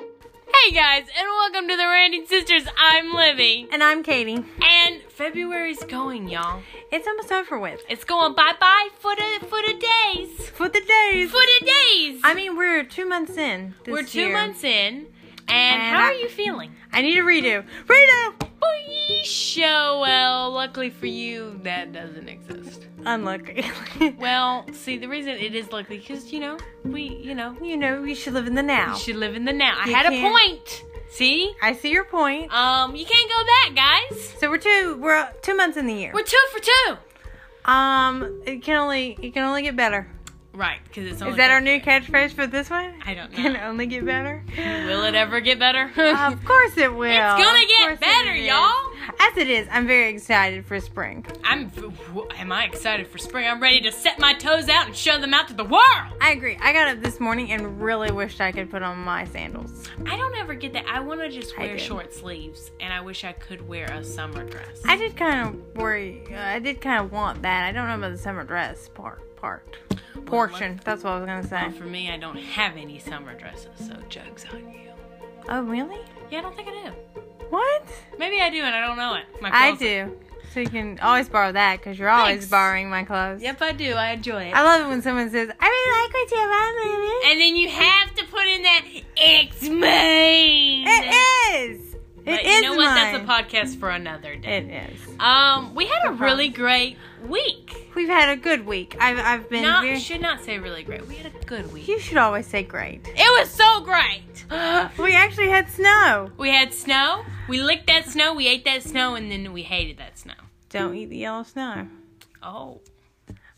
Hey guys, and welcome to the Randy Sisters. I'm Livy, And I'm Katie. and February's going, y'all. It's almost over with. It's going bye bye for the for the days, For the days. for the days. I mean, we're two months in. This We're two year. months in, and, And how I- are you feeling? I need a redo. Redo! Boy, show well. Luckily for you, that doesn't exist. Unlucky. Well, see, the reason it is luckily because you know we, you know, you know, we should live in the you now. should live in the now. I You had a can't- point. See, I see your point. um, you can't go back, guys. So we're two. We're uh, two months in the year. We're two for two. Um, it can only it can only get better. Right, because it's only Is that our been- new catchphrase for this one? I don't know. Can only get better. Will it ever get better? of course it will. it's gonna Of course get it better, is. y'all. As it is, I'm very excited for spring. I'm. Am I excited for spring? I'm ready to set my toes out and show them out to the world. I agree. I got up this morning and really wished I could put on my sandals. I don't ever get that. I want to just I wear did. short sleeves, and I wish I could wear a summer dress. I did kind of worry. Uh, I did kind of want that. I don't know about the summer dress part. Part. Portion. That's what I was gonna Well, say. for me, I don't have any summer dresses, so jokes on you. Oh really? Yeah, I don't think I do. What? Maybe I do, and I don't know it. My I closet. do. So you can always borrow that because you're always Thanks. borrowing my clothes. Yep, I do. I enjoy it. I love it when someone says, "I really like what you have on, baby." and then you have to put in that it's mine. It is. It is But you know what? That's mine. a podcast for another day. it is. Um, we had a Surprise. really great week. We've had a good week. I've I've been Not very. should not say really great. We had a good week. you should always say great. It was so great. We actually had snow. we had snow. We licked that snow. We ate that snow, and then we hated that snow. Don't eat the yellow snow. Oh,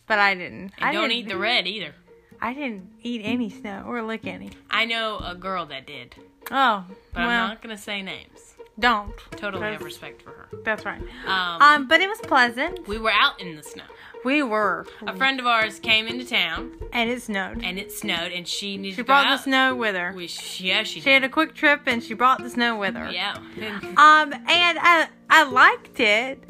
But I didn't. and I don't didn't, eat the red either. I didn't eat any snow or lick any. I know a girl that did, Oh, but well, I'm not gonna say names. don't. Totally That's- have respect for her. That's right. Um, Um, but it was pleasant. we were out in the snow. We were, A friend of ours came into town, and it snowed. and it snowed, and she needed to She go brought the out. snow with her. We, sh- yeah, she, She had a quick trip, and she brought the snow with her. Yeah. Um, and I I liked it.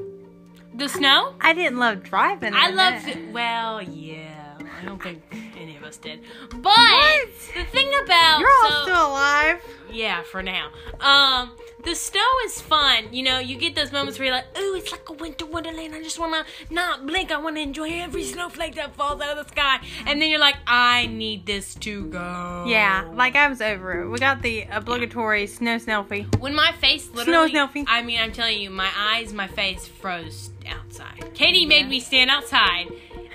the snow? I didn't love driving. I in loved it. it. Well, yeah. I don't think any of us did. But What? the thing about You're all so- still alive. yeah, for now. Um, the snow is fun. You know, you get those moments where you're like, "Ooh, it's like a winter wonderland. I just wanna not blink. I wanna enjoy every snowflake that falls out of the sky." And then you're like, "I need this to go." Yeah, like I was over it. We got the obligatory snow snelfie. when my face literally. Snow snelfie. I mean, I'm telling you, my eyes, my face froze outside. Katie made me stand outside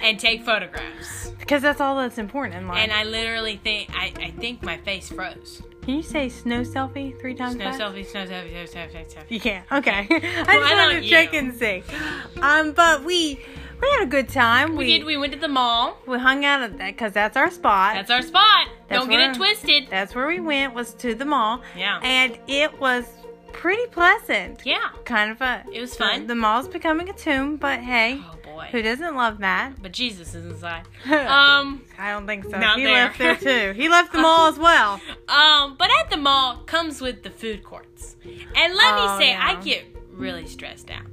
and take photographs. Because that's all that's important in life. And I literally think I, I think my face froze. Can you say snow selfie three times? Snow fast? selfie, snow selfie, snow selfie, snow selfie. You can't. Okay. I Well, just I wanted don't to check you. and see. Um, but we we had a good time. We did. We went to the mall. we hung out at that because that's our spot. That's our spot. That's Don't get where- it twisted. That's where we went was to the mall. Yeah. And it was pretty pleasant. yeah. Kind of a. It was fun. The, the mall's becoming a tomb, but hey, Oh who boy. doesn't love that? But Jesus is inside. Um, I don't think so. Not he there. left there too. He left the mall as well. um. But at the mall comes with the food courts. And let Oh, me say, yeah. I get really stressed out.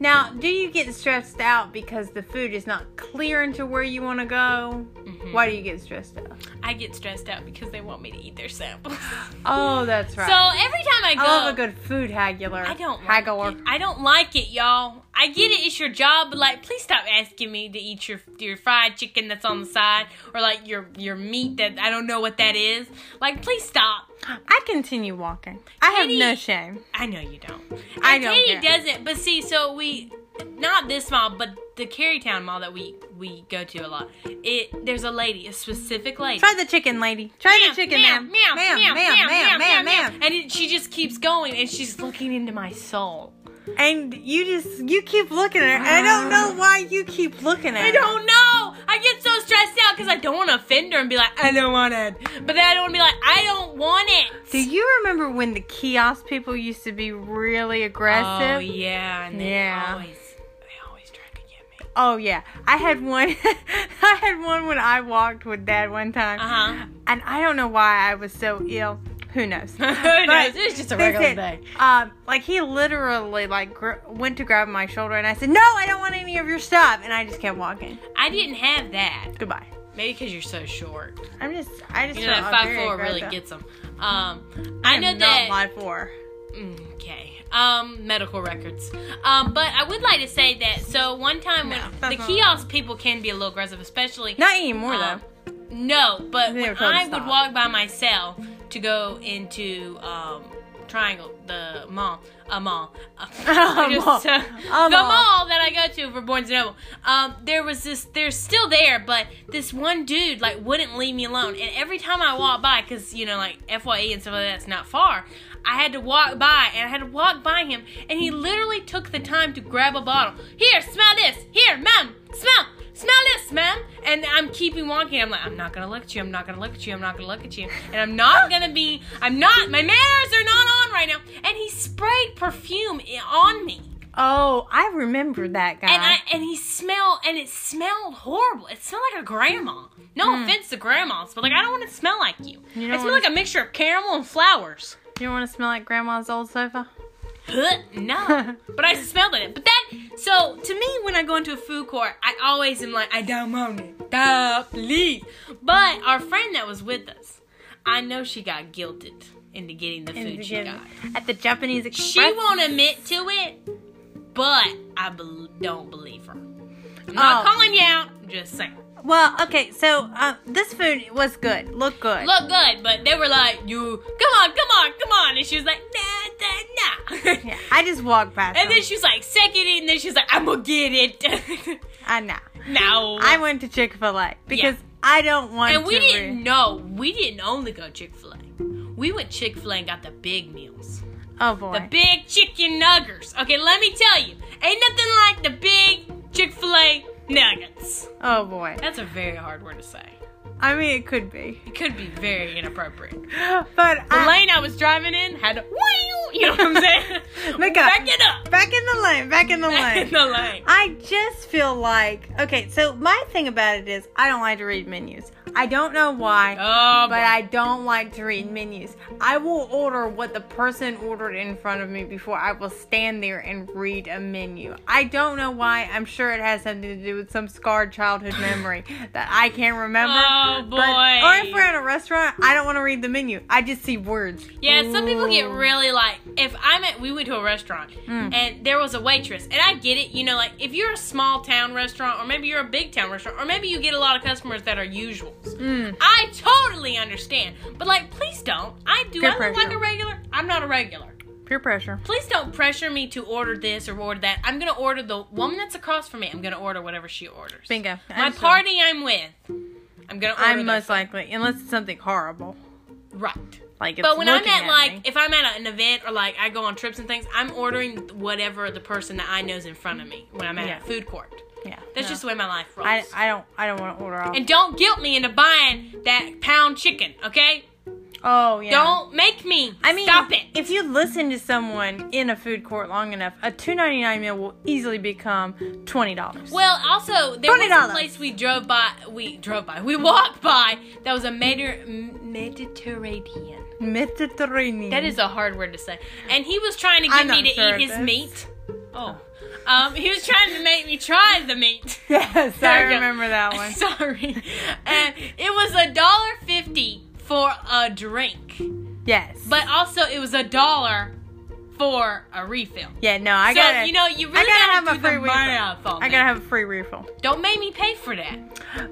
Now, do you get stressed out because the food is not clear into where you want to go? Mm-hmm. Why do you get stressed out? I get stressed out because they want me to eat their samples. Oh, that's right. So every time I go, I love a good food haggler. Oh. I don't like haggler. it. I don't like it, y'all. I get it, it's your job, but like, please stop asking me to eat your your fried chicken that's on the side, or like your your meat that I don't know what that is. Like, please stop. I continue walking. I have Katie- no shame. I know you don't. I And don't Katie care. doesn't, but see, so we not this mall, but the Carytown mall that we we go to a lot. It there's a lady, a specific lady. Try the chicken, lady. Try the chicken, ma'am. Meow, meow, meow, meow, meow, meow, meow. ma'am. And it, she just keeps going, and she's looking into my soul. And you just you keep looking at her. And I don't know why you keep looking at her. I don't know. I get so stressed out because I don't want to offend her and be like, I don't want it. But then I don't want to be like, I don't want it. Do you remember when the kiosk people used to be really oh aggressive? yeah, and they Yeah. always, they always try to get me. Oh yeah, I had one. I had one when I walked with Dad one time, Uh huh. and I don't know why I was so ill. Who knows? Who knows? It But was just a they regular said, day. Um, like he literally like gr- went to grab my shoulder, and I said, "No, I don't want any of your stuff," and I just kept walking. I didn't have that. Goodbye. Maybe because you're so short. I'm just, I just You know, that felt five uh, very four really aggressive. gets them. Um, I I am know not that. Mm, Five four. Okay. Um, medical records. Um, but I would like to say that so one time when No, Uh-huh. that's the not- kiosk people can be a little aggressive, especially Not anymore um, though. no, but They when were told to I would stop. walk by myself to go into um Triangle, the mall, a mall, uh, I just- mall. uh, the A mall. mall. that I go to for Barnes and Noble. Um, there was this, they're still there, but this one dude like wouldn't leave me alone, and every time I walked by, cause you know like Fye and stuff like that's not far, I had to walk by, and I had to walk by him, and he literally took the time to grab a bottle. Here, smell this. Here, ma'am, smell. Smell this, ma'am. And I'm keeping walking. I'm like, I'm not gonna look at you. I'm not gonna look at you. I'm not gonna look at you. And I'm not gonna be. I'm not. My manners are not on right now. And he sprayed perfume i- on me. Oh, I remember that guy. And I and he smelled and it smelled horrible. It smelled like a grandma. No offense to grandmas, but like I don't want to smell like you. You I smell don't wanna- like a mixture of caramel and flowers. you want to smell like Grandma's old sofa? Huh, no. but I smelled it. But that, so to me, when I go into a food court, I always am like, I don't want it. Duh, please. But our friend that was with us, I know she got guilted into getting the In the food she beginning. got. At the Japanese Express. She won't admit to it, but I bel don't believe her. I'm not Oh. calling you out, I'm just saying. Well, okay, so uh, this food was good, looked good. Look good, but they were like, you, come on, come on, come on. And she was like, nah, nah, nah. Yeah, I just walked past. And them. then she was like, second it, and then she was like, I'm gonna get it. I know. No. I went to Chick Fil A because I don't want. and we to re- didn't know. We didn't only go Chick fil A. We went Chick fil A and got the big meals. oh boy. The big chicken nuggets. Okay, let me tell you. Ain't nothing like the big Chick fil A nuggets. oh boy. That's a very hard word to say. I mean, it could be, It could be very inappropriate. but The I, lane I was driving in had a you know what I'm saying? Look up. Back it up. back in the lane. Back in the Back lane. in the lane. I just feel like okay. So my thing about it is I don't like to read menus. I don't know why. Oh, But I don't like to read menus. I will order what the person ordered in front of me before I will stand there and read a menu. I don't know why. I'm sure it has something to do with some scarred childhood memory that I can't remember. Oh, boy. or if we're at a restaurant, I don't want to read the menu. I just see words. Yeah, some people get Ooh. really like if I'm at we went to a restaurant Mm. and there was a waitress and I get it, you know, like if you're a small town restaurant or maybe you're a big town restaurant or maybe you get a lot of customers that are usuals. Mm. I totally understand. But like please don't. I do Peer I look like pressure. a regular. I'm not a regular. Peer pressure. Please don't pressure me to order this or order that. I'm gonna order the woman that's across from me. I'm gonna order whatever she orders. Bingo. My party I'm with. I'm gonna order I'm their- most likely, unless it's something horrible. right. Like, it's But when I'm looking at, like, me. if I'm at an event or like I go on trips and things, I'm ordering whatever the person that I know's in front of me when I'm at Yeah. a food court. yeah, That's no. just the way my life rolls. I, I don't I don't want to order off. and don't guilt me into buying that pound chicken, okay? oh yeah. Don't make me. I mean, stop it. If you listen to someone in a food court long enough, a two ninety nine meal will easily become twenty dollars. Well, also there was a $20. place we drove by. We drove by. We walked by. That was a Medi- Mediterranean. Mediterranean. That is a hard word to say. And he was trying to get I'm me not to sure eat his of this. meat. Oh, um, he was trying to make me try the meat. yes, I There you go. remember that one. Sorry. And it was a dollar fifty for a drink. Yes, But also it was a dollar for a refill. yeah, no, I so got to you know you really I gotta, gotta, have a free do the refill. math on I that. gotta have a free refill. Don't make me pay for that.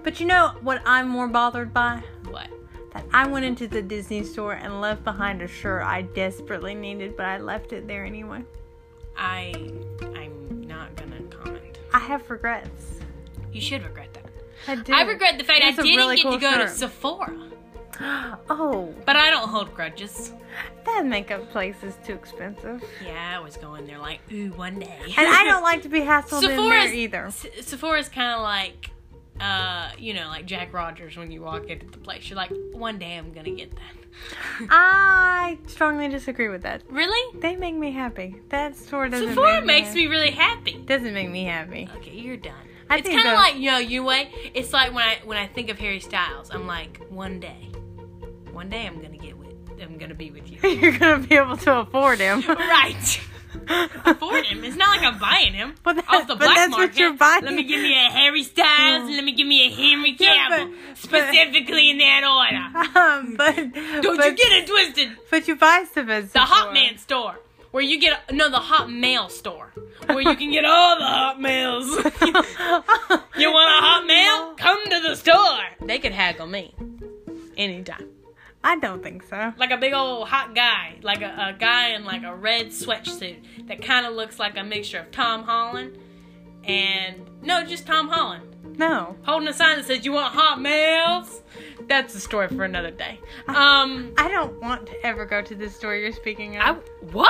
But you know what I'm more bothered by? What? That I went into the Disney store and left behind a shirt I desperately needed, but I left it there anyway. I I'm not gonna comment. I have regrets. You should regret that. I do. I regret the fact It I was a didn't really get cool to go to shirt. Sephora. Oh, But I don't hold grudges. that makeup place is too expensive. Yeah, I always go in there like, ooh, one day. And I don't like to be hassled in Sephora's there either. Se- Sephora's kind of like, uh, you know, like Jack Rogers when you walk into the place. You're like, one day I'm gonna get that. I strongly disagree with that. really? They make me happy. That store doesn't. Sephora make makes me. me really happy. happy. Doesn't make me happy. Okay, you're done. I it's think kind of the- like you know, you way. It's like when I when I think of Harry Styles, I'm like, one day, one day I'm gonna get with, I'm gonna be with you. You're gonna be able to afford him. right. afford him. It's not like I'm buying him. But that- Off the but black that's what market. you're buying. Mm. Let me give me a Harry Styles. and Let me give me a Henry Yeah, but- Cavill, but- specifically in that order. Um, but Don't but, you get it twisted? But you buy stuff at The Hot Man store, where you get no the Hot Mail store, where you can get all the Hot Mails. you want a Hot Mail? Come to the store. They could haggle me anytime. I don't think so. like a big old hot guy, like a, a guy in like a red sweatsuit that kind of looks like a mixture of Tom Holland and no, just Tom Holland No. holding a sign that says "You want hot males." That's a story for another day. Um, I don't want to ever go to this store you're speaking of. I what?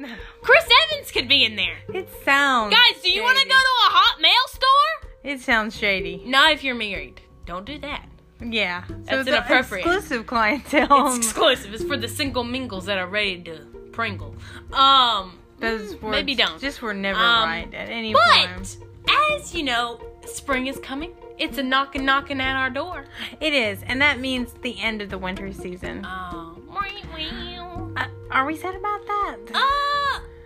no. Chris Evans could be in there. It sounds. Guys, do you want to go to a hot mail store? It sounds shady. Not if you're married. Don't do that. Yeah. so That's it's a inappropriate. exclusive clientele. It's exclusive. It's for the single mingles that are ready to pringle. Um. Those words maybe don't. Just were never Um, right at any point. But as you know, spring is coming. It's a knocking, knocking at our door. It is, and that means the end of the winter season. Oh, uh, Uh, are we sad about that?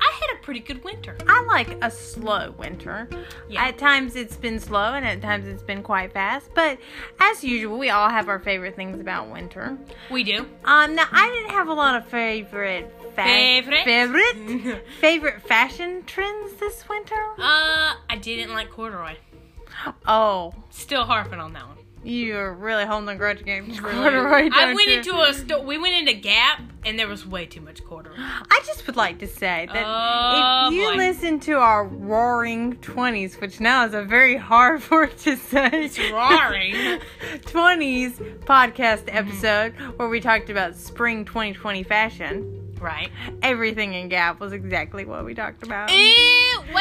I had a pretty good winter. I like a slow winter. Yeah. At times it's been slow and at times it's been quite fast, but as usual, we all have our favorite things about winter. We do. Um, now I didn't have a lot of favorite fa- Favorite? favorite favorite fashion trends this winter. Uh, I didn't like corduroy. Oh, Still harping on that one. you're really holding a grudge against corduroy. I don't went you? into a store. We went into Gap, and there was way too much corduroy. I just would like to say that Oh, if you boy. listen to our roaring 20s, which now is a very hard word to say. It's roaring. 20s podcast episode where we talked about spring 2020 fashion. Right. Everything in Gap was exactly what we talked about. what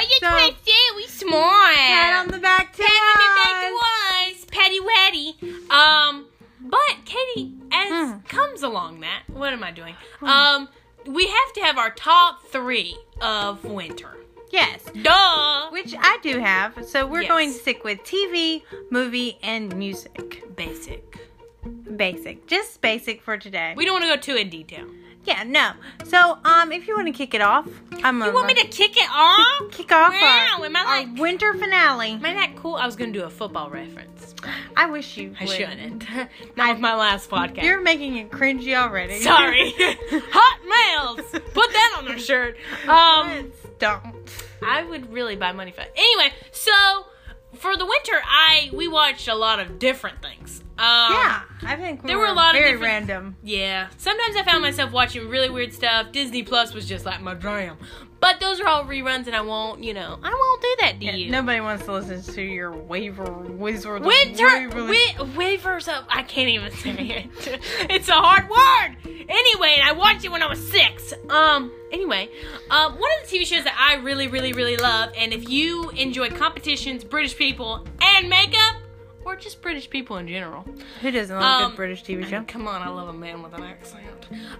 you So- trying to say? We smart. Pat on the back to us. was Patty Weddy. Um, but Katie, as Mm. comes along that, what am I doing? Um, we have to have our top three of winter. Yes. Duh. Which I do have. So we're Yes. going to stick with TV, movie, and music. Basic. Basic. Just basic for today. We don't want to go too in detail. You yeah, no. So um if you want to kick it off, I'm You want me to kick it off? kick off Wow, our, am I our like- winter finale. Am I that cool? I was gonna do a football reference. I wish you I would. shouldn't. Not with my last podcast. You're making it cringy already. Sorry. Hot mails. Put that on our shirt. Um. Let's don't. I would really buy money for that. Anyway, so for the winter, I we watched a lot of different things. Um, yeah, I think we there were a lot of very different- random. yeah. Sometimes I found myself watching really weird stuff. Disney Plus was just like my jam. But those are all reruns, and I won't, you know, I won't do that to Yeah, you. Nobody wants to listen to your waiver wizard. Winter waiver- wi- waivers of I can't even say it. It's a hard word. Anyway, and I watched it when I was six. Um. Anyway, um, one of the TV shows that I really, really, really love, and if you enjoy competitions, British people, and makeup, or just British people in general, Who doesn't love a Um, good British TV show? come on, I love a man with an accent.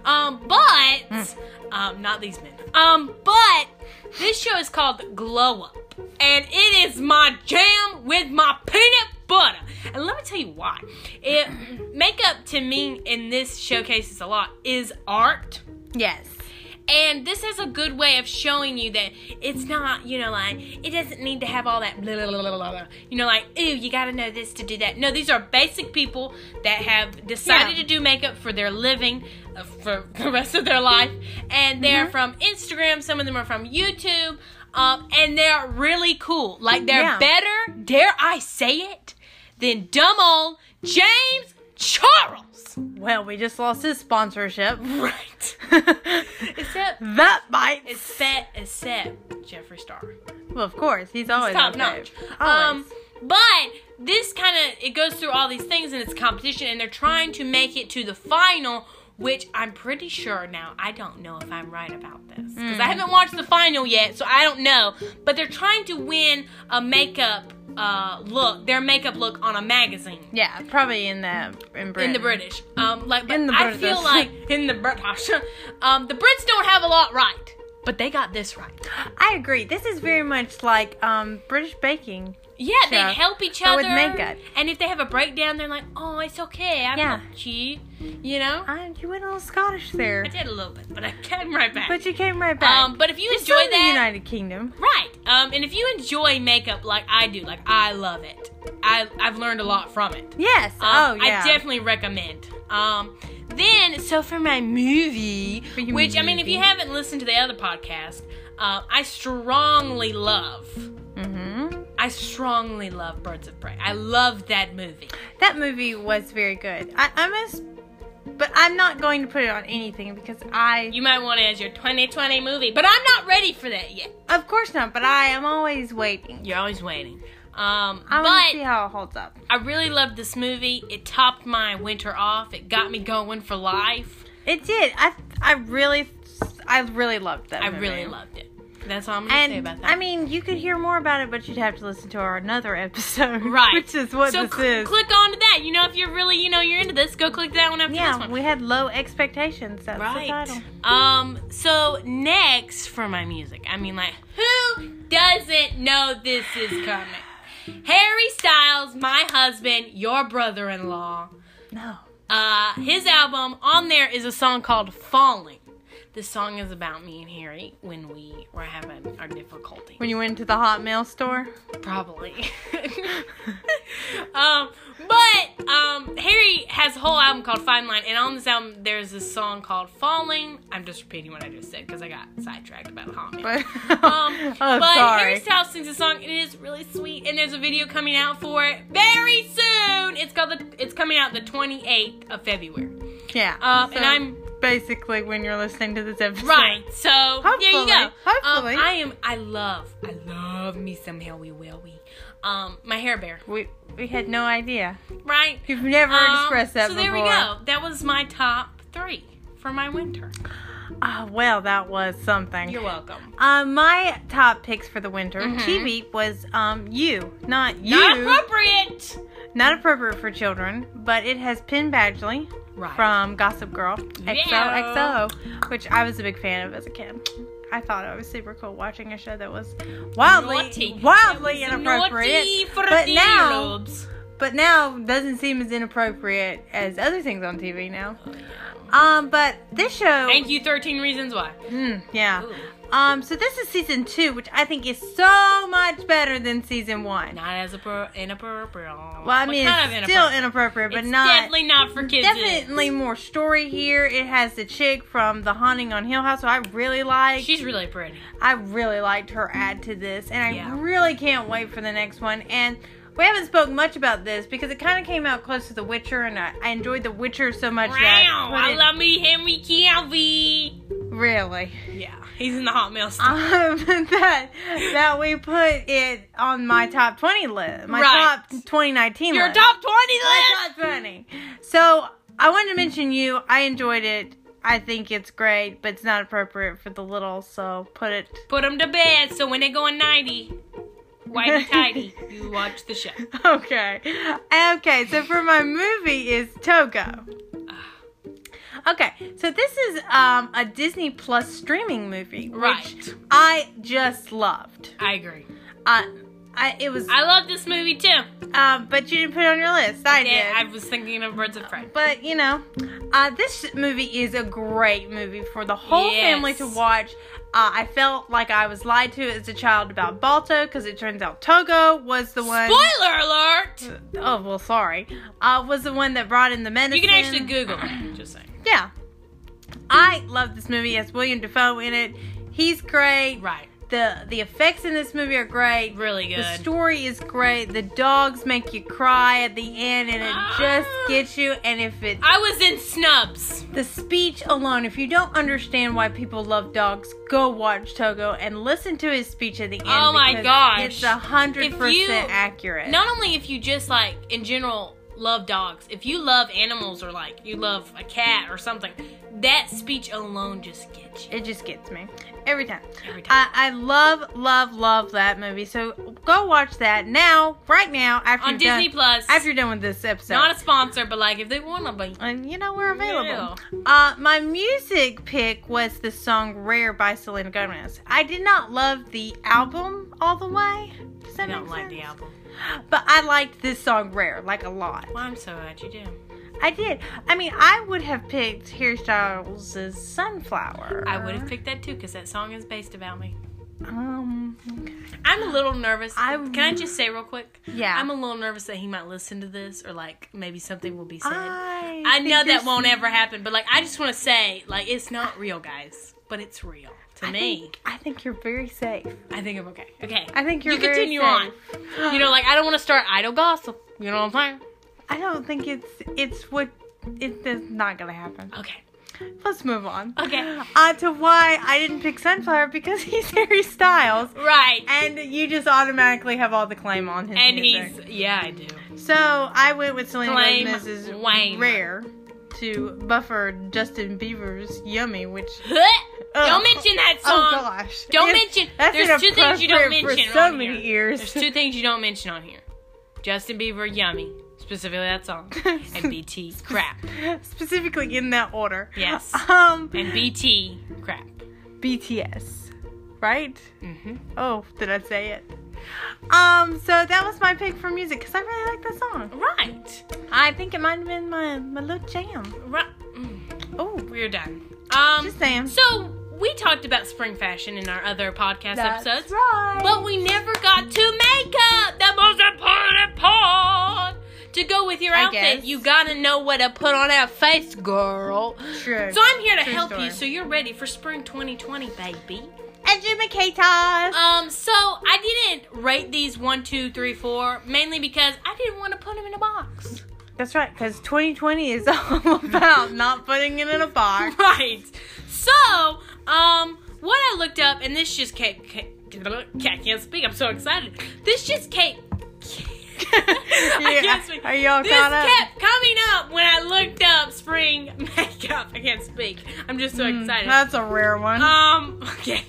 Um, but um, not these men. Um, but this show is called Glow Up, and it is my jam with my peanut butter. And let me tell you why. It makeup to me in this showcases a lot is art. Yes. And this is a good way of showing you that it's not, you know, like, it doesn't need to have all that blah, blah, blah, blah, blah, blah. You know, like, ooh, you gotta know this to do that. No, these are basic people that have decided Yeah. to do makeup for their living, uh, for the rest of their life. And they're Mm-hmm. from Instagram, some of them are from YouTube, um, and they're really cool. Like, they're Yeah. better, dare I say it, than dumb old James Charles. Well, we just lost his sponsorship. Right. Except. that might. Except, except Jeffree Star. well, of course, he's always Top our notch. fave. Um, Always. but this kind of it goes through all these things and it's competition, and they're trying to make it to the final, which I'm pretty sure now. I don't know if I'm right about this because I haven't watched the final yet, so I don't know. But they're trying to win a makeup uh, look, their makeup look on a magazine. yeah, probably in the in Britain. In the British, um, like but In the I British. feel like in the British, um, the Brits don't have a lot right, but they got this right. I agree. This is very much like um British baking. Yeah, show, they help each but other. with makeup. And if they have a breakdown, they're like, "Oh, it's okay. I Yeah. helped you." You know, I, you went all Scottish there, I did a little bit, but I came right back. but you came right back. um, but if you You're enjoy still in the that, United Kingdom. Right. Um, and if you enjoy makeup like I do, like I love it. I I've learned a lot from it. Yes. Um, oh yeah. I definitely recommend. Um, then so for my movie, For your which I mean, if you movie. haven't listened to the other podcast, um, I strongly love. Mhm. I strongly love Birds of Prey. I love that movie. That movie was very good. I, I must, but I'm not going to put it on anything because I, You might want it as your 2020 movie, but I'm not ready for that yet. of course not. But I am always waiting. You're always waiting. Um, I want but to see how it holds up. I really loved this movie. It topped my winter off. It got me going for life. It did. I I really I really loved that. I movie. really loved it. That's all I'm gonna say And about that. I mean, you could hear more about it, but you'd have to listen to our another episode, right. Which is what so this cl- is. click on to that. You know, if you're really, you know, you're into this, go click that one after this yeah, one. we had low expectations. That's the right. title. Um. So next for my music, I mean, like, who doesn't know this is coming? Harry Styles, my husband, your brother-in-law. No. Uh, his album on there is a song called "Falling." This song is about me and Harry when we were having our difficulty. When you went to the hot mail store, Probably. um, but um, Harry has a whole album called Fine Line, and on this album there's this song called Falling. I'm just repeating what I just said because I got sidetracked about Homie. but um, oh, but sorry. Harry Styles sings a song. It is really sweet, and there's a video coming out for it very soon. It's called the. It's coming out the 28th of February. yeah. Um, so and I'm basically when you're listening to this episode, Right. So there you Hopefully. go. Hopefully. Um, I am. I love. I love me some Howie Wowie. Um, my hair bear. We we had no idea. Right. You've never Um, expressed that so before. there we go. That was my top three for my winter. Ah, well, that was something. You're welcome. Uh, my top picks for the winter chibi was um you, not you, Mm-hmm. Not appropriate. Not appropriate for children, but it has Penn Badgley Right. from Gossip Girl Yeah. XOXO, which I was a big fan of as a kid. I thought it was super cool watching a show that was wildly, naughty. wildly It was inappropriate, naughty for but the now, lobes. but now doesn't seem as inappropriate as other things on TV now. Oh, yeah. Um, but this show, Thank you. Thirteen Reasons Why. Mm, yeah. Ooh. Um, so this is season two, which I think is so much better than season one. Not as appro- inappropriate. well, I mean, kind of it's still inappropriate? inappropriate, but It's not definitely not for kids. definitely more story here. It has the chick from The Haunting on Hill House, who I really like. She's really pretty. I really liked her add to this, and I Yeah. really can't wait for the next one. And we haven't spoken much about this because it kind of came out close to The Witcher, and I, I enjoyed The Witcher so much that Wow, put I it- love me Henry Cavill. really Yeah, he's in the hot meal store. um, that that we put it on my top twenty list, my Right. top 2019 Your list. top 20 list. My top 20. So I wanted to mention you. I enjoyed it. I think it's great, but it's not appropriate for the little. So put it. Put him to bed so when they go in 90, whitey tidy, you watch the show. Okay. Okay. So for my movie is Togo. Okay, so this is um, a Disney Plus streaming movie, which Right. I just loved. I agree. Uh, I it was I love this movie too. Um, but you didn't put it on your list. I did. Yeah, I was thinking of Birds of Prey. but you know, uh, this movie is a great movie for the whole Yes. family to watch. Uh, I felt like I was lied to as a child about Balto because it turns out Togo was the one. Spoiler alert! oh well, sorry. Uh, was the one that brought in the medicine. You can actually Google it. Just saying. Yeah, I love this movie. It has William Defoe in it. He's great. Right. The the effects in this movie are great. Really good. The story is great. The dogs make you cry at the end, and it just Ah. gets you. And if it, I was in snubs. the speech alone, if you don't understand why people love dogs, go watch Togo and listen to his speech at the end. Oh my because gosh. it's a hundred If you- percent accurate. Not only if you just like in general love dogs, if you love animals or like you love a cat or something, that speech alone just gets you it just gets me every time. every time. I, I love, love, love that movie. So go watch that now, right now, after on you're Disney done, Plus. after you're done with this episode. not a sponsor, but like if they want to be. and you know we're available. Uh, my music pick was the song "Rare" by Selena Gomez. I did not love the album all the way, that you don't make like the sense? album. But I liked this song Rare like a lot. Well, I'm so glad you do. I did. I mean, I would have picked Harry Styles' Sunflower. I would have picked that too because that song is based about me. Um, I'm a little nervous. I- Can I just say real quick? yeah. I'm a little nervous that he might listen to this or like maybe something will be said. I, I know think that you're- won't ever happen, but like I just want to say, like it's not real, guys, but it's real to I me. think, I think you're very safe. I think I'm okay. Okay, I think you're you very continue safe. on. You know, like I don't want to start idle gossip. You know what I'm I don't think it's it's what it, it's not gonna happen. saying? Okay. Let's move on. Okay. On to why I didn't pick Sunflower because he's Harry Styles, Right. and you just automatically have all the claim on his And music. he's yeah, I do. So I went with Selena Claim Gomez's Wayne. Rare to buffer Justin Bieber's Yummy, which don't mention that song. oh gosh, Don't It's- mention. That's There's two things you don't inappropriate mention. for so on many here. ears. There's two things you don't mention on here. Justin Bieber, Yummy, specifically that song, and BT, Crap, specifically in that order. Yes. Um, and BT, Crap. BTS, right? Mm-hmm. Oh, did I say it? Um, so that was my pick for music because I really like that song. Right. I think it might have been my my little jam. Right. Mm, Oh, We're done. Um. just saying. So we talked about spring fashion in our other podcast episodes, right. but we never got to makeup, the most important part. To go with your I outfit, guess. you gotta know what to put on that face, girl. True. So I'm here to True help story. you, so you're ready for spring 2020, baby. Educators. Um, so I didn't rate these one, two, three, four, mainly because I didn't want to put them in a box. That's right, because 2020 is all about not putting it in a box. Right. So, um, what I looked up, and this just came, came I can't speak. I'm so excited. This just came. I Yeah, can't speak. Are y'all This caught up? kept coming up when I looked up spring makeup. I can't speak. I'm just so Mm, excited. That's a rare one. Um, okay.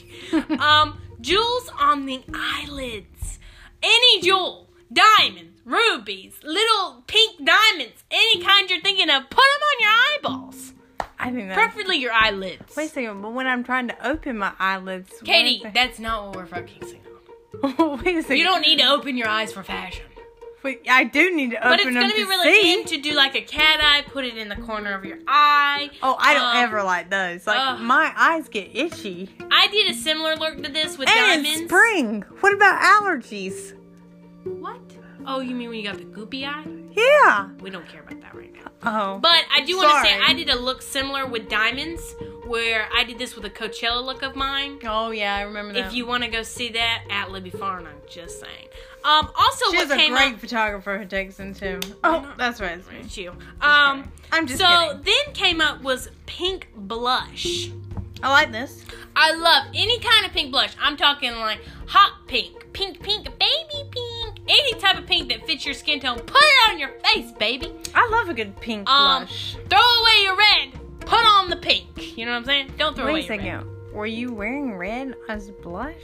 um, jewels on the eyelids. Any jewel, diamonds, rubies, little pink diamonds, any kind you're thinking of, put them on your eyeballs. I think that's. Preferably your eyelids. Wait a second, but when I'm trying to open my eyelids. what Katie, the- that's not what we're focusing on. Wait a second. You don't need to open your eyes for fashion. Wait, I do need to open But it's them gonna be to really see. in to do like a cat eye, put it in the corner of your eye. Oh, I don't Um, ever like those. Like ugh. my eyes get itchy. I did a similar look to this with And diamonds. it's spring. What about allergies? What? Oh, you mean when you got the goopy eye? Yeah. We don't care about that right now. Oh. But I do want to say Sorry. I did a look similar with diamonds, where I did this with a Coachella look of mine. oh yeah, I remember that. If you want to go see that at Libby Farnham, just saying. Um, also, She's what a came great up? photographer who takes them too. Oh, that's right. It's me. It's you. Um, I'm just so kidding. then came up was pink blush. I like this. I love any kind of pink blush. I'm talking like hot pink, pink, pink, baby pink, any type of pink that fits your skin tone. Put it on your face, baby. I love a good pink Um, blush. Throw away your red. Put on the pink. You know what I'm saying? Don't throw away Wait a your red. second. Were you wearing red as blush?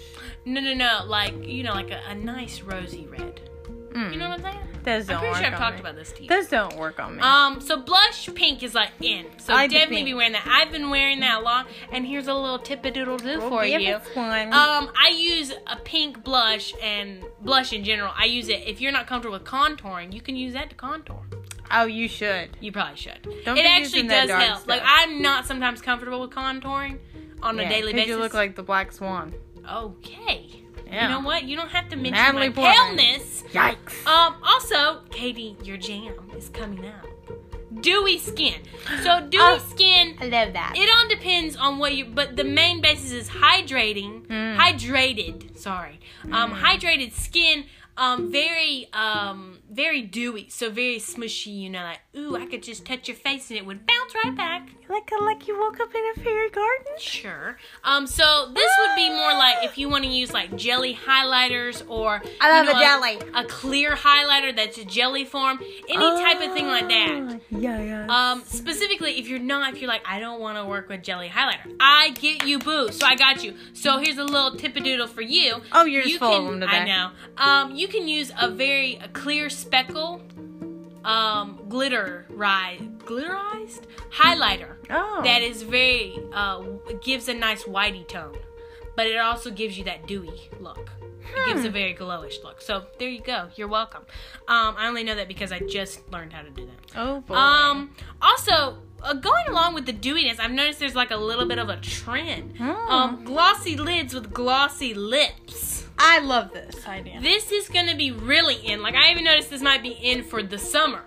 No, no, no. Like, you know, like a, a nice rosy red. Mm. You know what I'm saying? those don't I'm pretty work sure I've on talked me. about this to you. Those don't work on me. um, so blush pink is like in. So I like the definitely be pink. wearing that. I've been wearing that a lot. And here's a little doodle do We'll for give you. us one. Um, I use a pink blush and blush in general. I use it if you're not comfortable with contouring, you can use that to contour. oh, you should. You probably should. Don't it be actually using that does dark help. stuff. Like I'm not sometimes comfortable with contouring on Yeah, a daily 'cause basis. You look like the black swan. okay. Yeah. You know what? You don't have to mention Natalie my Portman. paleness. Yikes. Um, also, Katie, your jam is coming out. Dewy skin. So dewy Oh. skin, I love that. it all depends on what you. But the main basis is hydrating, Mm. hydrated. Sorry, um, hydrated skin. Um, very, um, very dewy. So very smushy. You know, like ooh, I could just touch your face and it would bounce right back. Like like you woke up in a fairy garden. Sure. Um, so this would be more like if you want to use like jelly highlighters or I you love a jelly. a clear highlighter that's a jelly form, any type of thing like that. Yeah, yeah. Um, specifically, if you're not, if you're like, I don't want to work with jelly highlighter, I get you, boo. So I got you. So here's a little doodle for you. oh, you're just you full can, of them today. I know. Um, you can use a very a clear speckle, um, glitter, glitterized highlighter Oh. that is very uh gives a nice whitey tone. but it also gives you that dewy look. It Hmm. gives a very glowish look. So there you go. You're welcome. Um, I only know that because I just learned how to do that. Oh boy. Um. Also, uh, going along with the dewiness, I've noticed there's like a little bit of a trend. Hmm. Um, glossy lids with glossy lips. I love this idea. This is gonna be really in. Like I even noticed this might be in for the summer.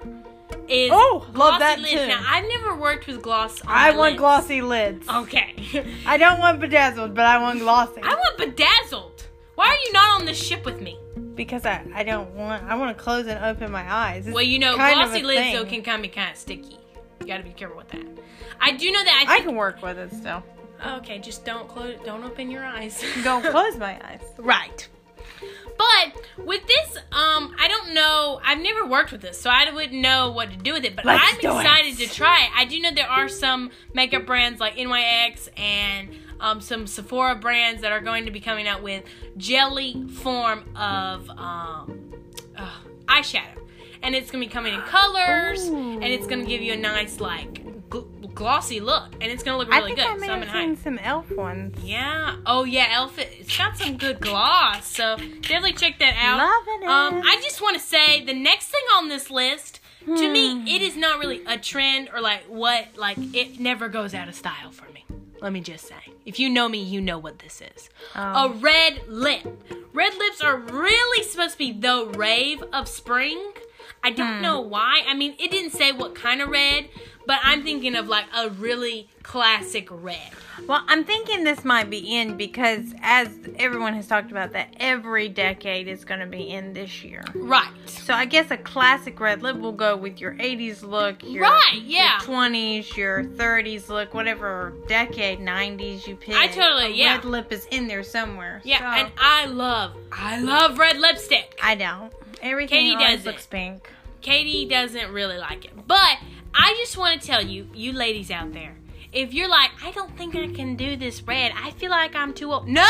Is Oh, love glossy that lids. too. Now I've never worked with gloss. On I my want lids. glossy lids. Okay. I don't want bedazzled, but I want glossy. I want bedazzled. Why are you not on the ship with me? because I, I don't want I want to close and open my eyes. It's Well, you know, kind of glossy a lids thing. though can kind of be kind of sticky. You gotta be careful with that. I do know that I I think. can work with it still. okay, just don't close. Don't open your eyes. Don't close my eyes. Right. But with this, um, I don't know. I've never worked with this, so I wouldn't know what to do with it. But Let's I'm do it. excited to try it. I do know there are some makeup brands like NYX and um, some Sephora brands that are going to be coming out with jelly form of um, uh, eyeshadow, and it's gonna be coming in colors, and it's gonna give you a nice like gl- glossy look, and it's gonna look I really think good. I may so I'm have gonna seen some elf ones. yeah. Oh yeah, Elf. It's got some good gloss, so definitely check that out. Loving it. Um, I just want to say the next thing on this list, to Hmm. me, it is not really a trend or like what, like it never goes out of style for me. Let me just say, if you know me, you know what this is. Oh. A red lip. Red lips are really supposed to be the rave of spring. I don't Hmm. know why. I mean, it didn't say what kind of red, but I'm thinking of like a really classic red. Well, I'm thinking this might be in because as everyone has talked about that every decade is going to be in this year. Right. So I guess a classic red lip will go with your 80s look, your Right, yeah. 20s, your 30s look, whatever decade, 90s you pick. I totally- a yeah. Red lip is in there somewhere. Yeah, So, and I love, I love red lipstick. I don't. Everything Katie always does looks pink. Katie doesn't really like it, but I just want to tell you, you ladies out there, if you're like, I don't think I can do this red, I feel like I'm too old. No,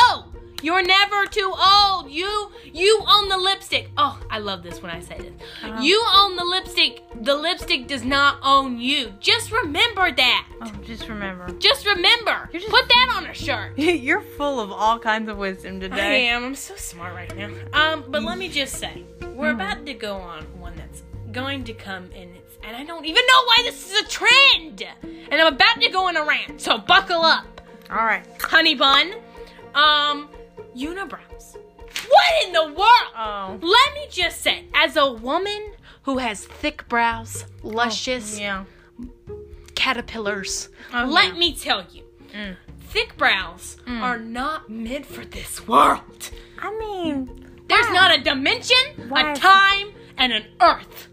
you're never too old. You, you own the lipstick. Oh, I love this when I say this. Uh-huh. You own the lipstick. The lipstick does not own you. Just remember that. Oh, just remember. Just remember. You're just- Put that on a shirt. You're full of all kinds of wisdom I today. am. I'm so smart right now. Um, but let me just say, we're about to go on one that's going to come in. It's, and I don't even know why this is a trend. And I'm about to go on a rant. So buckle up, All right. honey bun. Um, unibrows. What in the world? Oh. Let me just say, as a woman who has thick brows, luscious, Oh, Yeah. caterpillars. Oh, Let yeah. Mm. me tell you, thick brows are not meant for this world. I mean, There's not a dimension, Why? a time, and an Earth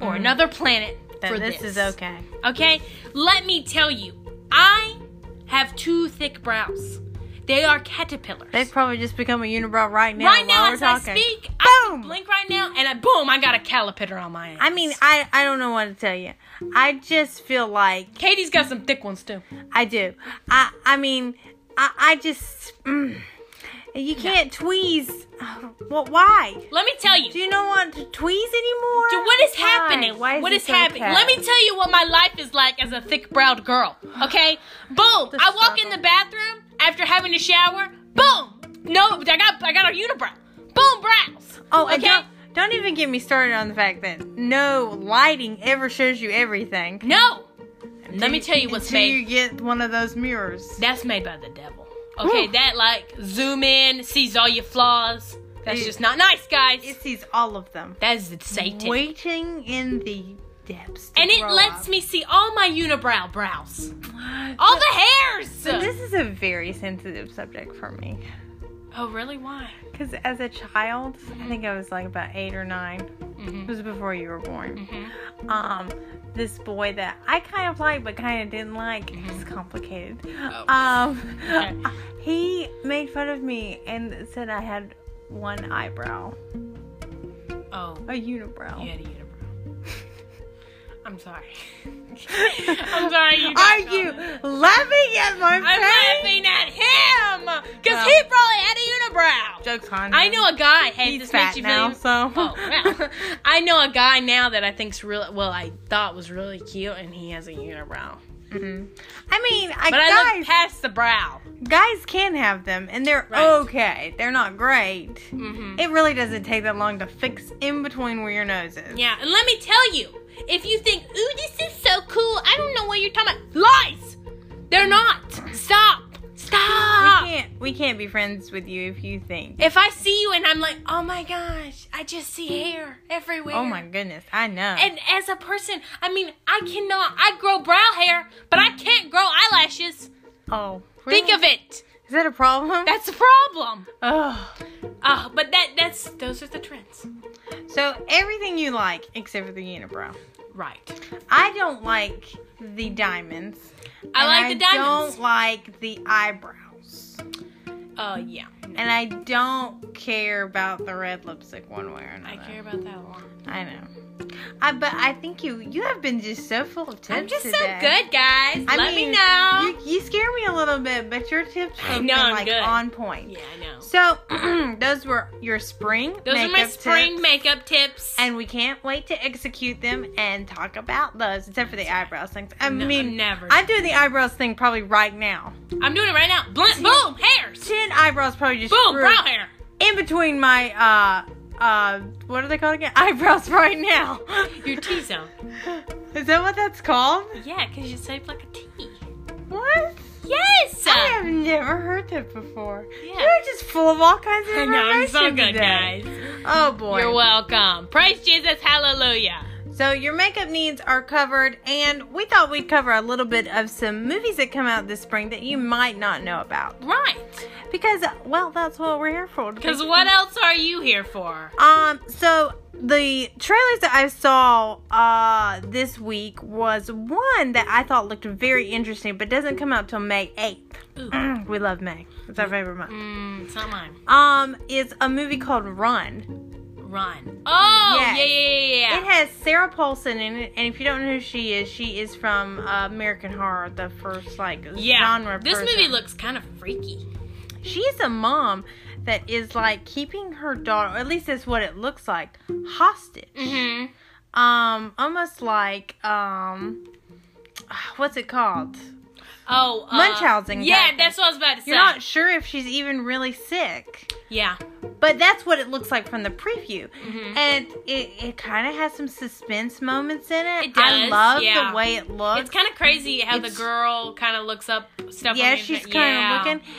or another planet that for Mm-hmm. this is okay. Okay, let me tell you, I have two thick brows. They are caterpillars. They've probably just become a unibrow right now. right while now, we're as talking. I speak, I can Boom! blink right now, and I, boom, I got a calipiter on my ass. I mean, I I don't know what to tell you. I just feel like Katie's got some thick ones too. I do. I I mean, I I just mm, you can't tweeze. Well, why? Let me tell you. Do you not want to tweeze anymore? So what is Why? happening? Why is what it is so happening? bad? Let me tell you what my life is like as a thick-browed girl. Okay, boom. I walk in struggle. the bathroom after having a shower. Boom. No, I got I got a unibrow. Boom brows. Oh, and okay. don't, don't even get me started on the fact that no lighting ever shows you everything. No. Let me tell you what's Until made. you get one of those mirrors. That's made by the devil. Okay, Whew. that like zoom in sees all your flaws. That's It- just not nice, guys. It sees all of them. That is Satan. Waiting in the depths. to and it grow lets up. me see all my unibrow brows, all the hairs. So this is a very sensitive subject for me. oh, really? Why? Because as a child, I think I was like about eight or 9 Mm-hmm. It was before you were born. Um, this boy that I kind of liked but kind of didn't like. It was complicated. Um, Mm-hmm. Oh. Okay. he made fun of me and said I had one eyebrow, Oh. a unibrow. You had a unibrow. I'm sorry. I'm sorry. You Are got you that. laughing at my I'm face? laughing at him because Well. he probably had a unibrow. Jokes on. I know a guy. Hey, He's this fat makes you now, feel. so. Oh, well. I know a guy now that I think's real. Well, I thought was really cute, and he has a unibrow. Mm-hmm. I mean, I, But I look guys, past the brow. guys can have them, and they're Right. okay. They're not great. Mm-hmm. It really doesn't take that long to fix in between where your nose is. Yeah, and let me tell you, if you think, ooh, this is so cool, I don't know what you're talking about. Lies! They're not! Stop! We Stop! can't we can't be friends with you if you think. If I see you and I'm like, oh my gosh, I just see hair everywhere. Oh my goodness, I know. And as a person, I mean, I cannot, I grow brow hair, but I can't grow eyelashes. oh, Think of it. Is that a problem? That's a problem. Oh. Uh, but that that's those are the trends. So everything you like except for the unibrow. Right. I don't like the diamonds. I and like the diamonds. don't like the eyebrows. Uh, yeah. And I don't care about the red lipstick one way or I another. care about that one. I know. I but I think you you have been just so full of tips. I'm just so today. good, guys. I Let mean, me know. You, you scare me a little bit, but your tips I have know, been I'm like good. on point. yeah, I know. So those were your spring. Those are my makeup spring tips, makeup tips. and we can't wait to execute them and talk about those, except for the eyebrows things. I No, mean, never. I'm doing the eyebrows thing probably right now. I'm doing it right now. Blunt, boom, hairs. Ten eyebrows probably just Boom, grew brow hair. in between my uh uh what are they called again? Eyebrows right now. Your T zone. Is that what that's called? Yeah, because you shape like a T. What? Yes. I have never heard that before. Yeah. You're just full of all kinds of I information know, I'm so good, today. guys. Oh boy. You're welcome. Praise Jesus. Hallelujah. So your makeup needs are covered, and we thought we'd cover a little bit of some movies that come out this spring that you might not know about Right. because, well, that's what we're here for. to Because pick- what else are you here for? Um. So the trailers that I saw uh this week was one that I thought looked very interesting, but doesn't come out till May eighth. Ooh. we love May. It's our favorite month. Mm, it's not mine. Um, is a movie called Run. Run. Oh, Yes. yeah, yeah, yeah, yeah. It has Sarah Paulson in it, and if you don't know who she is, she is from uh, American Horror, the first like yeah. genre. This person. movie looks kind of freaky. She's a mom that is like keeping her daughter, or at least that's what it looks like, hostage. Mm-hmm. Um, almost like um, what's it called? Oh, uh, Munchausen, Yeah, exactly. that's what I was about to say. You're not sure if she's even really sick. yeah. But that's what it looks like from the preview. Mm-hmm. And it, it kind of has some suspense moments in it. It I does, love yeah. the way it looks. It's kind of crazy how the It's- girl kind of looks up stuff. on yeah, the she's internet. kind of looking.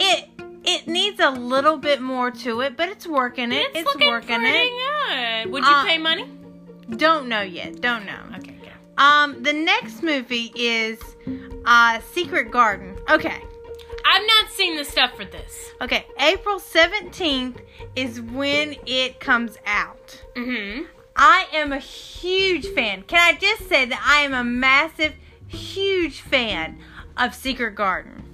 It it needs a little bit more to it, but it's working it. It's, It's, looking working pretty it. good. Would you Uh, pay money? Don't know yet. Don't know. Okay, good. Um, the next movie is uh Secret Garden. Okay. I've not seen the stuff for this. Okay. April 17th is when it comes out. Mm-hmm. I am a huge fan. Can I just say that I am a massive, huge fan of Secret Garden?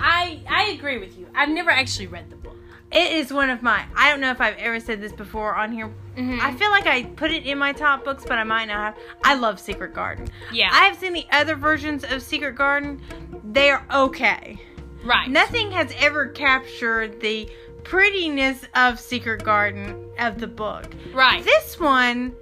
I I agree with you. I've never actually read the book. It is one of my. I don't know if I've ever said this before on here. I feel like I put it in my top books, but I might not have. I love Secret Garden. Yeah. I have seen the other versions of Secret Garden. They are okay. right. Nothing has ever captured the prettiness of Secret Garden of the book. right. This one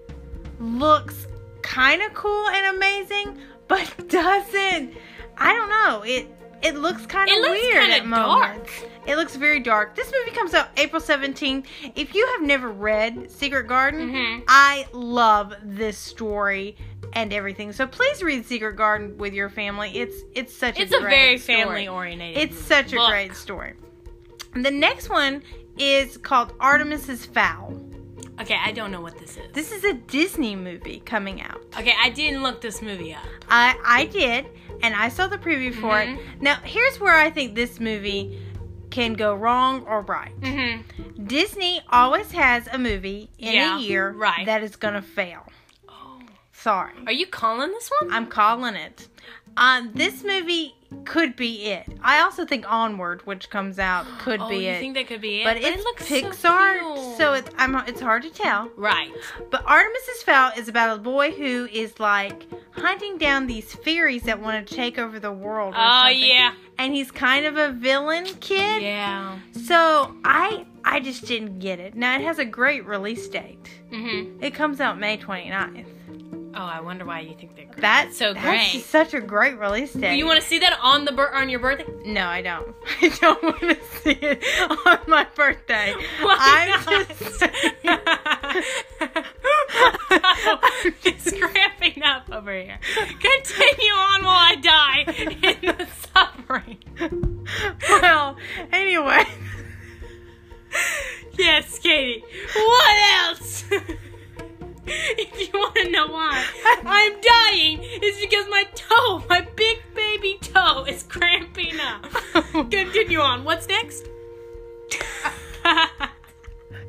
looks kind of cool and amazing, but doesn't. I don't know. It it looks kind of It looks weird kinda at moments. It looks very dark. This movie comes out April 17th. If you have never read Secret Garden, Mhm. I love this story and everything. So please read Secret Garden with your family. It's it's such it's a a great very story. family oriented. It's such a great story. The next one is called Artemis's Fowl. Okay, I don't know what this is. This is a Disney movie coming out. Okay, I didn't look this movie up. I I did, and I saw the preview for Mm-hmm. it. Now here's where I think this movie can go wrong or right. Mm-hmm. Disney always has a movie in Yeah, a year right. that is gonna fail. Oh. Sorry, Are you calling this one? I'm calling it. Um, this movie could be it. I also think Onward, which comes out, could oh, be you it. think that could be it? but it's it looks Pixar, so, so, it's I'm, it's hard to tell. right. But Artemis's Fowl is about a boy who is like hunting down these fairies that want to take over the world. Or Oh something. yeah. And he's kind of a villain kid. Yeah. So I I just didn't get it. Now it has a great release date. Mm-hmm. It comes out May 29th. Oh, I wonder why you think they're great. That's so that's great. Such a great release date. You want to see that on the bir- on your birthday? No, I don't. I don't want to see it on my birthday. Why I'm not? just. Oh, it's cramping up over here. Continue on while I die in the suffering. well, anyway, Yes, Katie. What else? if you want to know why I'm dying, it's because my toe, my big baby toe, is cramping up. Continue on. What's next?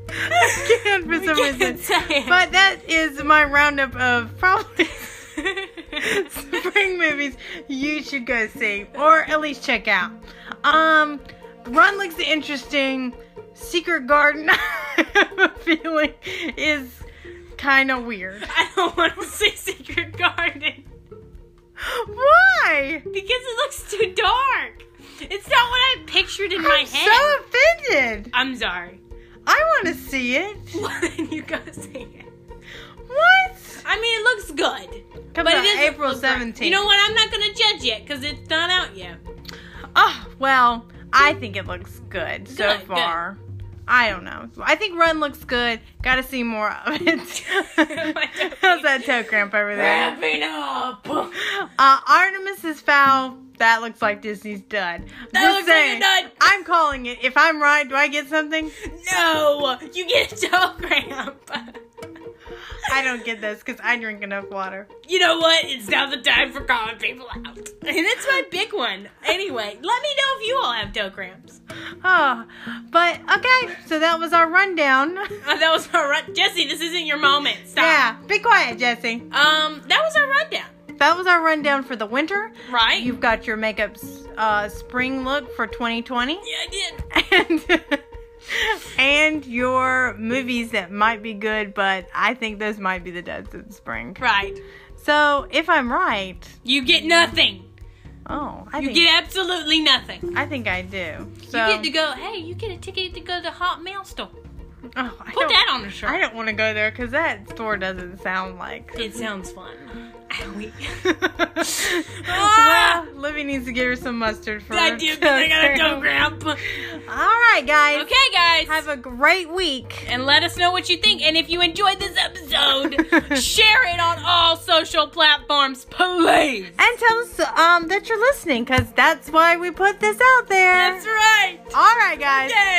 I can't for some Can't reason. say it. But that is my roundup of probably spring movies you should go see or at least check out. Um, Run looks interesting. Secret Garden, I have a feeling is kind of weird. I don't want to see Secret Garden Why? because it looks too dark. It's not what I pictured in my I'm head. so offended. I'm sorry. I want to see it. Well, then you go see it. What? I mean, it looks good. Comes But out it is April 17th. You know what? I'm not gonna judge yet because it's not out yet. Oh, well, I think it looks good, so Good, good. far. I don't know. I think Run looks good. Gotta see more of it. How's that toe cramp over there? Wrapping up. That Uh, Artemis is foul. That looks like Disney's done. Just looks like a saying. nut. I'm calling it. If I'm right, do I get something? No, you get a toe cramp. I don't get this because I drink enough water. You know what? It's now the time for calling people out, and it's my big one. Anyway, let me know if you all have toe cramps. Oh, but okay. So that was our rundown. Oh, that was our run, Jesse. This isn't your moment. Stop. Yeah, be quiet, Jesse. Um, that was our rundown, That was our rundown for the winter. right? You've got your makeup uh, spring look for 2020 yeah, I did. and and your movies that might be good, but I think those might be the duds of the spring. Right. So if I'm right, You get nothing. oh, I You think get absolutely nothing. I think I do. So You get to go. Hey, you get a ticket to go to the Hot Mail store. oh, I Put don't, that on a shirt. I don't want to go there because that store doesn't sound like. It sounds fun. Owie. Ah! well, Libby needs to get her some mustard for I her do. 'cause toe I got a toe cramp. cramp. All right, guys. Okay, guys. Have a great week. and let us know what you think. And if you enjoyed this episode, share it on all social platforms, please. And tell us um, that you're listening because that's why we put this out there. That's right. All right, guys. Yay.